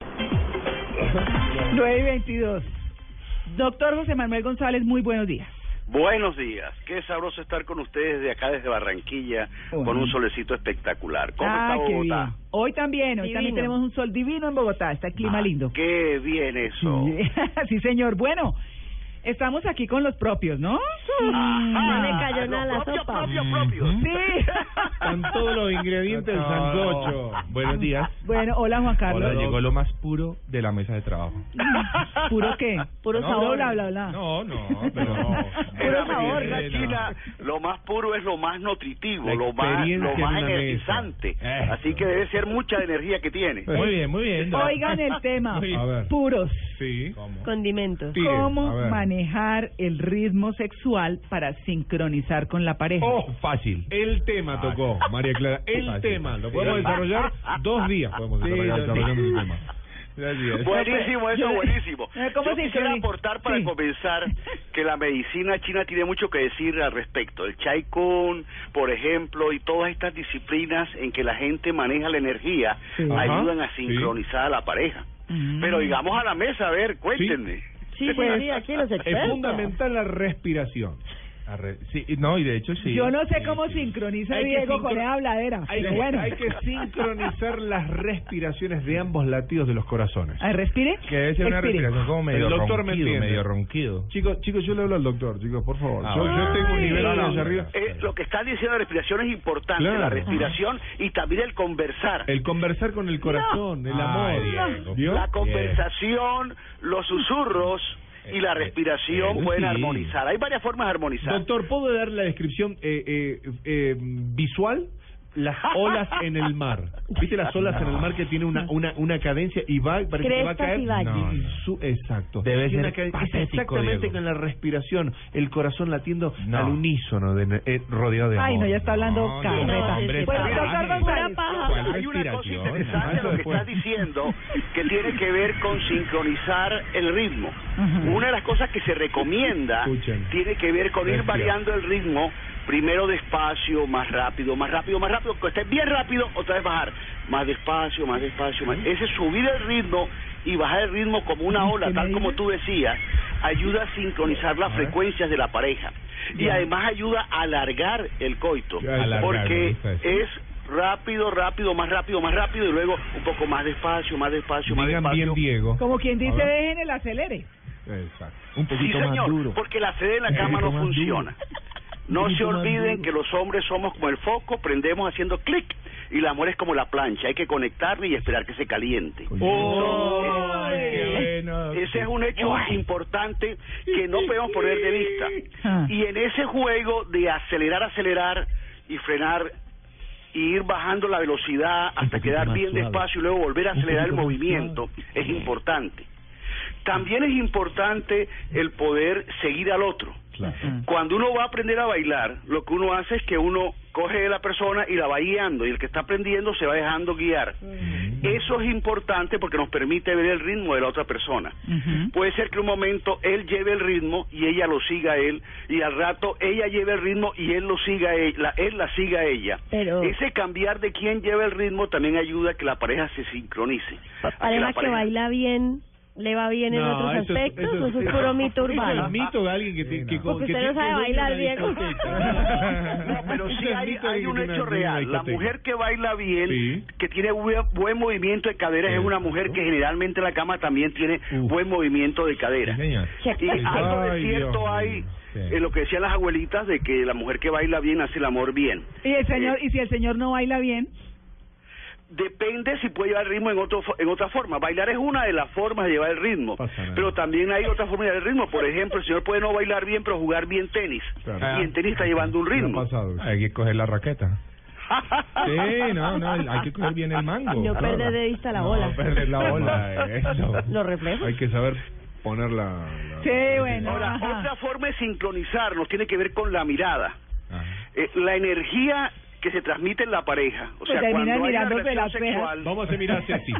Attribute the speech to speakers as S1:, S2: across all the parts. S1: 9 y 22. Doctor José Manuel González, muy buenos días.
S2: Buenos días, qué sabroso estar con ustedes de acá desde Barranquilla
S1: Bueno.
S2: con un solecito espectacular. ¿Cómo
S1: ah,
S2: está
S1: qué
S2: Bogotá?
S1: bien. Hoy también, hoy también
S2: Divino.
S1: tenemos un sol divino en Bogotá. Está el clima
S2: Ah,
S1: lindo.
S2: Qué bien eso.
S1: sí, señor. Bueno, estamos aquí con los propios, ¿no? Ah.
S2: Ajá,
S3: le cayó
S2: lo
S3: nada la
S2: propio,
S3: sopa.
S2: propio, propio.
S1: Sí.
S4: Están todos los ingredientes del sancocho. Buenos días.
S1: Bueno, hola Juan Carlos.
S4: Ahora llegó lo más puro de la mesa de trabajo.
S1: ¿Puro qué? Puro
S4: No,
S1: sabor,
S4: no,
S1: bla, bla, bla.
S4: No, no, pero no.
S1: Puro
S2: Mira,
S1: sabor,
S2: mi
S4: la-
S2: querida China, lo más puro es lo más nutritivo,
S4: La
S2: lo más, lo
S4: experiencia
S2: más
S4: en una mesa.
S2: energizante.
S4: Eso.
S2: Así que debe ser mucha energía que tiene.
S4: Muy bien, muy bien. ¿no?
S1: Oigan el tema.
S4: Sí. A ver.
S1: Puros.
S4: pues, Sí. ¿Cómo?
S3: Condimentos.
S4: Tire,
S1: ¿Cómo
S4: a ver.
S1: manejar el ritmo sexual para sincronizar con la pareja?
S4: Oh, fácil. El tema tocó, María Clara. El tema. Lo podemos desarrollar dos días. Podemos desarrollar desarrollando ese tema. Gracias.
S2: Buenísimo, eso,
S1: Yo-
S2: buenísimo.
S1: Eh, ¿cómo
S2: Yo
S1: se
S2: quisiera
S1: dice?
S2: aportar para
S1: Sí.
S2: comenzar que la medicina china tiene mucho que decir al respecto. El Chai Kung, por ejemplo, y todas estas disciplinas en que la gente maneja la energía
S1: Sí.
S2: ayudan
S4: Ajá,
S2: a
S4: sí.
S2: sincronizar a la pareja.
S1: Mm.
S2: Pero digamos a la mesa, a ver, cuéntenme.
S3: Sí, sí, sí, aquí los
S4: Es
S3: expertos.
S4: fundamental la respiración. La re- Sí, no, y de hecho sí.
S1: Yo no sé
S4: Sí,
S1: cómo
S4: sí.
S1: sincroniza
S4: Hay que
S1: Diego con
S4: sincro-
S1: esa habladera.
S4: Hay
S1: pero
S4: que,
S1: bueno.
S4: hay que sincronizar las respiraciones de ambos latidos de los corazones.
S1: A ver, respire.
S4: Que debe ser una
S1: Expire.
S4: respiración como medio
S5: El doctor me
S4: ronquido,
S5: entiende.
S4: medio ronquido.
S5: Chicos, chicos, yo le hablo al doctor, chicos, por favor.
S4: Ah,
S5: yo,
S4: bueno.
S5: yo tengo un nivel
S4: Ay.
S5: de hacia arriba.
S2: Eh, lo que están diciendo la respiración es importante,
S4: Claro.
S2: la respiración y también el conversar.
S5: El conversar con el corazón, el
S4: Ay,
S5: amor.
S4: Diego.
S5: ¿Vio?
S2: La conversación, los susurros y
S5: Este,
S2: la respiración
S4: Eso
S2: pueden
S4: sí.
S2: armonizar. Hay varias formas de armonizar.
S5: Doctor, ¿puedo dar la descripción eh, eh, eh, visual? Las olas en el mar. ¿Viste las olas en el mar que tiene una, una, una cadencia y va, parece que va a
S3: Crestas
S5: caer?
S3: y valles.
S4: No, no.
S5: Su- exacto.
S4: Debe
S5: Tiene
S4: ser
S5: una cadencia-
S4: patético,
S5: Exactamente
S4: Diego.
S5: con la respiración, el corazón latiendo
S4: No.
S5: al unísono, de, eh, rodeado de
S1: Ay, no,
S5: amor.
S1: ya está hablando
S4: No,
S1: carreta.
S4: no, hombre,
S1: bueno,
S4: está
S1: doctor
S4: bien.
S1: González.
S4: ¿Cuál
S2: Hay una cosa
S4: respiración?
S2: interesante
S4: Eso
S2: lo que
S4: después.
S2: estás diciendo que tiene que ver con sincronizar el ritmo.
S1: Ujú.
S2: Una de las cosas que se recomienda
S5: Escuchen.
S2: tiene que ver con ir
S5: Respira.
S2: variando el ritmo, primero despacio, más rápido, más rápido, más rápido, que esté bien rápido, otra vez bajar, más despacio, más despacio, más... Ese subir el ritmo y bajar el ritmo como una ola, tal como tú decías, ayuda a sincronizar las frecuencias de la pareja. Y además ayuda a alargar el coito,
S4: Ya, alargar, me
S2: porque
S4: gusta eso.
S2: es rápido, rápido, más rápido, más rápido y luego un poco más despacio, más despacio, más
S4: Digan
S2: despacio.
S4: bien Diego.
S1: Como quien dice,
S4: A ver.
S1: dejen el acelere.
S4: Exacto. Un
S2: Sí,
S4: poquito más
S2: señor,
S4: duro.
S2: porque la sede en la
S4: Un
S2: cama no
S4: poquito más duro.
S2: funciona. No
S4: Un
S2: se
S4: poquito más
S2: olviden
S4: duro.
S2: que los hombres somos como el foco, prendemos haciendo clic y la mujer es como la plancha, hay que conectarle y esperar que se caliente.
S4: ¡Oh! ¡Qué bueno!
S2: Ese es un hecho importante que no podemos poner de vista.
S1: Ah.
S2: Y en ese juego de acelerar, acelerar y frenar y ir bajando la velocidad hasta quedar bien despacio y luego volver a acelerar el movimiento es importante. También es importante el poder seguir al otro. Cuando uno va a aprender a bailar, lo que uno hace es que uno coge de la persona y la va guiando, y el que está aprendiendo se va dejando guiar. Eso es importante porque nos permite ver el ritmo de la otra persona.
S1: Ujú.
S2: Puede ser que un momento él lleve el ritmo y ella lo siga a él, y al rato ella lleve el ritmo y él lo siga a ella, él la siga a ella.
S3: Pero-
S2: Ese cambiar de quién lleva el ritmo también ayuda a que la pareja se sincronice. a que la
S3: Pareja que
S2: pareja-
S3: baila bien, le va bien en
S5: No,
S3: otros
S5: eso es-
S3: aspectos,
S5: eso
S3: o
S5: es-
S3: eso es puro mito
S5: Eso
S3: urbano.
S5: es mito de alguien que, te, que,
S3: Porque
S5: que
S3: usted no
S5: tiene
S3: sabe
S5: un novio en
S3: bailar,
S5: una
S3: Diego.
S5: discoteca.
S2: No, pero
S5: Eso
S2: sí
S5: es
S2: hay,
S5: mito de
S2: hay
S5: alguien
S2: un
S5: que tiene novio
S2: hecho
S5: en una
S2: real. La
S5: discoteca.
S2: mujer que baila bien,
S5: Sí.
S2: que tiene buen, buen movimiento de caderas, es una mujer que generalmente en la cama también tiene
S4: Uf.
S2: buen movimiento de cadera.
S4: Sí, señor.
S2: Y algo de
S4: Ay,
S2: cierto
S4: Dios
S2: hay
S4: mío. Sí.
S2: en lo que decían las abuelitas de que la mujer que baila bien hace el amor bien.
S1: Y el señor, y si el señor no baila bien,
S2: Depende si puede llevar el ritmo en, otro, fo- en otra forma. Bailar es una de las formas de llevar el ritmo,
S5: Pasa nada.
S2: pero también hay otra forma de llevar el ritmo. Por ejemplo, el señor puede no bailar bien, pero jugar bien tenis.
S5: Claro.
S4: Ah.
S2: Y en tenis está llevando un
S5: Me ha
S2: ritmo.
S5: pasado.
S4: Hay que coger la raqueta. Sí, no, no, hay que coger bien el mango.
S3: No
S4: claro.
S3: perder de vista la
S4: No
S3: bola.
S4: perder la bola, eso.
S3: Los reflejos.
S4: Hay que saber poner la... la-
S1: Sí,
S4: la-
S1: bueno.
S2: Ahora,
S1: Ajá.
S2: otra forma de sincronizarnos tiene que ver con la mirada.
S4: Ajá.
S2: Eh, la energía que se transmite en la pareja.
S1: Pues
S2: O sea, cuando
S1: terminan
S2: hay una
S1: mirándose
S2: relación
S1: las orejas.
S2: sexual...
S4: Vamos a mirarse así.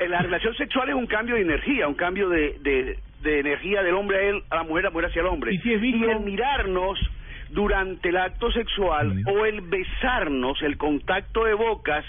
S2: En la relación sexual es un cambio de energía, un cambio de, de, de energía del hombre a, él, a la mujer, a la mujer hacia el hombre.
S4: ¿Y si es bico?
S2: el mirarnos durante el acto sexual
S4: Mm.
S2: o el besarnos, el contacto de bocas,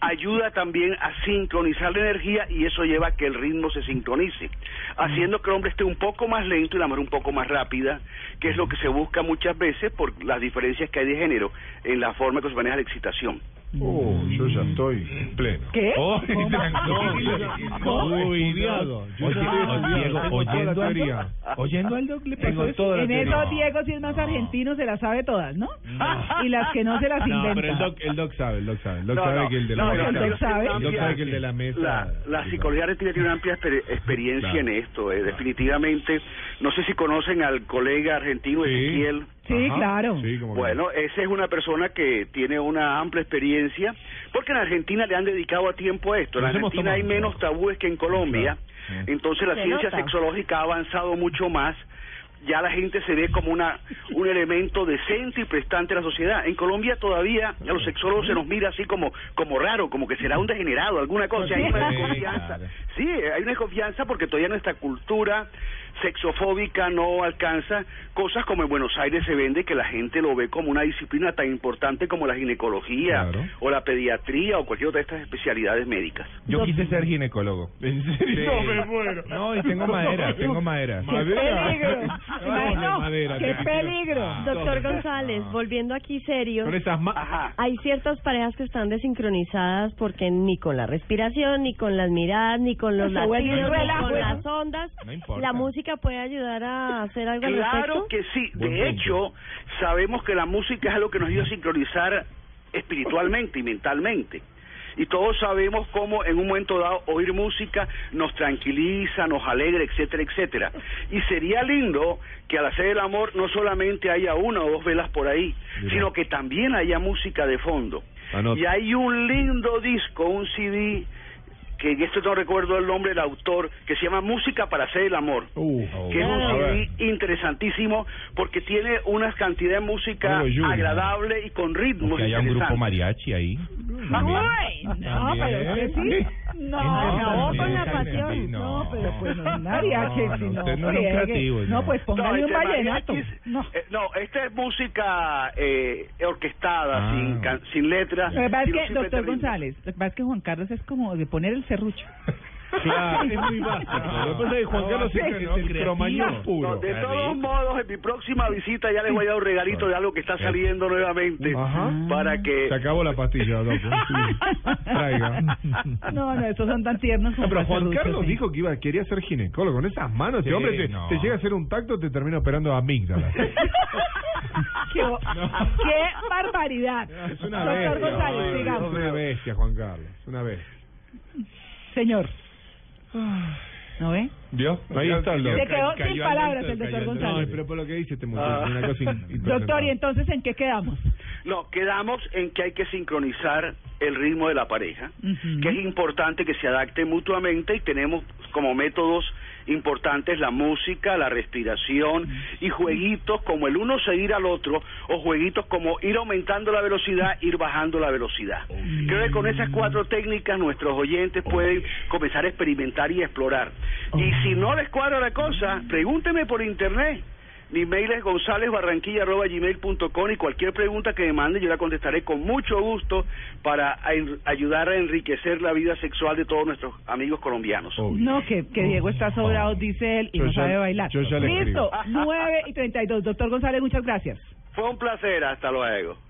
S2: ayuda también a sincronizar la energía y eso lleva a que el ritmo se sincronice, haciendo que el hombre esté un poco más lento y la mujer un poco más rápida, que es lo que se busca muchas veces por las diferencias que hay de género en la forma que se maneja la excitación.
S5: Oh, yo ya estoy pleno.
S1: ¿Qué?
S4: Oh,
S5: yo
S4: tranquilo.
S5: ya- Oye,
S4: Estudiado.
S5: yo ya estoy estudiado, tengo toda la
S4: al
S5: teoría.
S4: doc- oyendo al doc le pasó
S5: Tengo
S4: eso.
S5: toda la
S1: En
S5: teoría.
S1: eso Diego, si es más argentino, se las sabe todas, ¿no? Y las que no se las
S4: Ah, No,
S1: inventa.
S4: pero el doc, el doc sabe, el doc sabe. El doc
S2: No,
S4: sabe
S2: no,
S4: que el de la
S2: no,
S4: mesa.
S1: el doc sabe.
S4: El doc sabe que el de la mesa.
S2: La, la psicología argentina tiene una amplia exper- experiencia en
S4: Claro.
S2: esto, eh, definitivamente. No sé si conocen al colega argentino
S4: Sí.
S2: Ezequiel.
S1: Sí, claro.
S4: Sí, como que-
S2: Bueno, esa es una persona que tiene una amplia experiencia, porque en Argentina le han dedicado a tiempo a esto. En
S4: Nos hemos
S2: Argentina hay
S4: tomado.
S2: menos tabúes que en Colombia,
S4: Claro. Sí.
S2: entonces la
S3: Se
S2: ciencia
S3: nota.
S2: sexológica ha avanzado mucho más. Ya la gente se ve como una un elemento decente y prestante de la sociedad. En Colombia todavía a los sexólogos se nos mira así como como raro, como que será un degenerado, alguna cosa. Hay una
S4: Sí,
S2: desconfianza.
S4: claro.
S2: Sí, hay una desconfianza porque todavía nuestra cultura sexofóbica no alcanza cosas como en Buenos Aires se vende que la gente lo ve como una disciplina tan importante como la ginecología
S4: Claro.
S2: o la pediatría o cualquier otra de estas especialidades médicas.
S4: Yo quise ser ginecólogo. ¿En serio? No me muero. No, y tengo madera, tengo madera.
S1: ¡Peligro!
S4: Doble
S1: No,
S4: madera,
S1: ¡Qué
S4: te-
S1: peligro!
S4: Ah.
S3: Doctor González, volviendo aquí serio.
S4: Con esas ma-
S2: Ajá.
S3: Hay ciertas parejas que están desincronizadas porque ni con la respiración, ni con las miradas, ni con los
S1: Se vuelve
S3: latidos,
S1: un
S3: ni
S1: relajo,
S3: con
S1: ¿no?
S3: las ondas.
S4: No importa.
S3: ¿La música puede ayudar a hacer algo al
S2: Claro
S3: respecto?
S2: que sí.
S4: Buen
S2: De
S4: punto.
S2: hecho, sabemos que la música es algo que nos ayuda a sincronizar espiritualmente y mentalmente. Y todos sabemos cómo en un momento dado oír música nos tranquiliza, nos alegra, etcétera, etcétera. Y sería lindo que al hacer el amor no solamente haya una o dos velas por ahí,
S4: Mira.
S2: sino que también haya música de fondo.
S4: Anota.
S2: Y hay un lindo disco, un CD, que en esto no recuerdo el nombre del autor, que se llama Música para hacer el amor
S4: Uh,
S2: que es un
S4: a ver.
S2: CD interesantísimo porque tiene una cantidad de música
S4: Oye, Yuri,
S2: agradable y con ritmos
S4: Que haya un grupo
S2: interesantes.
S4: mariachi ahí.
S1: Ay, no, pero usted sí. No,
S3: acabó
S1: no,
S3: con la
S1: no,
S3: pasión.
S1: No, pero pues no es mariachi,
S4: no,
S1: si no,
S4: usted no es un
S1: friegue.
S4: creativo,
S1: No,
S4: no.
S1: pues póngale un
S2: este
S1: vallenato.
S2: mariachi es-
S1: No.
S2: eh, no, esta es música eh, orquestada,
S4: Ah.
S2: sin, can- sin letras.
S1: Lo que pasa es
S2: sino
S1: que,
S2: simplemente
S1: doctor
S2: ritmo.
S1: González, lo que pasa es que Juan Carlos es como de poner el serrucho.
S4: Claro, es muy básico. Lo que pasa es que Juan Carlos es el cromañón
S2: No,
S4: puro.
S2: de todos modos, en mi próxima visita ya les voy a dar un regalito de algo que está saliendo nuevamente
S4: Ajá.
S2: para que...
S4: Se acabó la pastilla, Doc. Sí. Traiga.
S1: No, no, estos son tan tiernos como
S5: No, pero
S1: el
S5: Juan
S1: serrucho,
S5: Carlos
S1: sí.
S5: dijo que iba quería ser ginecólogo. Con esas manos, este
S4: Sí,
S5: hombre te,
S4: no.
S5: te llega a hacer un tacto, te termina operando amígdalas.
S1: ¡Qué, bo- qué barbaridad!
S5: es una
S1: Doctor
S5: bestia.
S1: González,
S5: no,
S1: digamos.
S5: Es una bestia, Juan Carlos. Es una bestia.
S1: Señor. ¿No ve?
S4: ¿Vio? Ahí está el Doc.
S1: Se quedó sin
S4: Cayó al
S1: palabras
S4: doctor,
S1: el doctor
S4: cayó al
S1: González.
S5: No, pero por lo que dice este muchacho,
S2: Ah.
S5: es una cosa in-
S1: Doctor, ¿y
S5: impresionante.
S1: entonces en qué quedamos?
S2: No, quedamos en que hay que sincronizar el ritmo de la pareja,
S1: Ujú.
S2: que es importante que se adapte mutuamente y tenemos como métodos importantes la música, la respiración y jueguitos como el uno seguir al otro o jueguitos como ir aumentando la velocidad, ir bajando la velocidad. Creo que con esas cuatro técnicas nuestros oyentes pueden comenzar a experimentar y explorar. Y si no les cuadra la cosa, pregúntenme por internet. Mi mail es gonzalesbarranquilla.gmail.com y cualquier pregunta que me mande yo la contestaré con mucho gusto para ay- ayudar a enriquecer la vida sexual de todos nuestros amigos colombianos.
S4: Obvio.
S1: No, que, que Diego está sobrado, dice él, y
S5: Yo
S1: no
S5: ya-
S1: sabe bailar.
S5: yo ya le
S1: Listo, 9 y 32. Doctor González, muchas gracias.
S2: Fue un placer, hasta luego.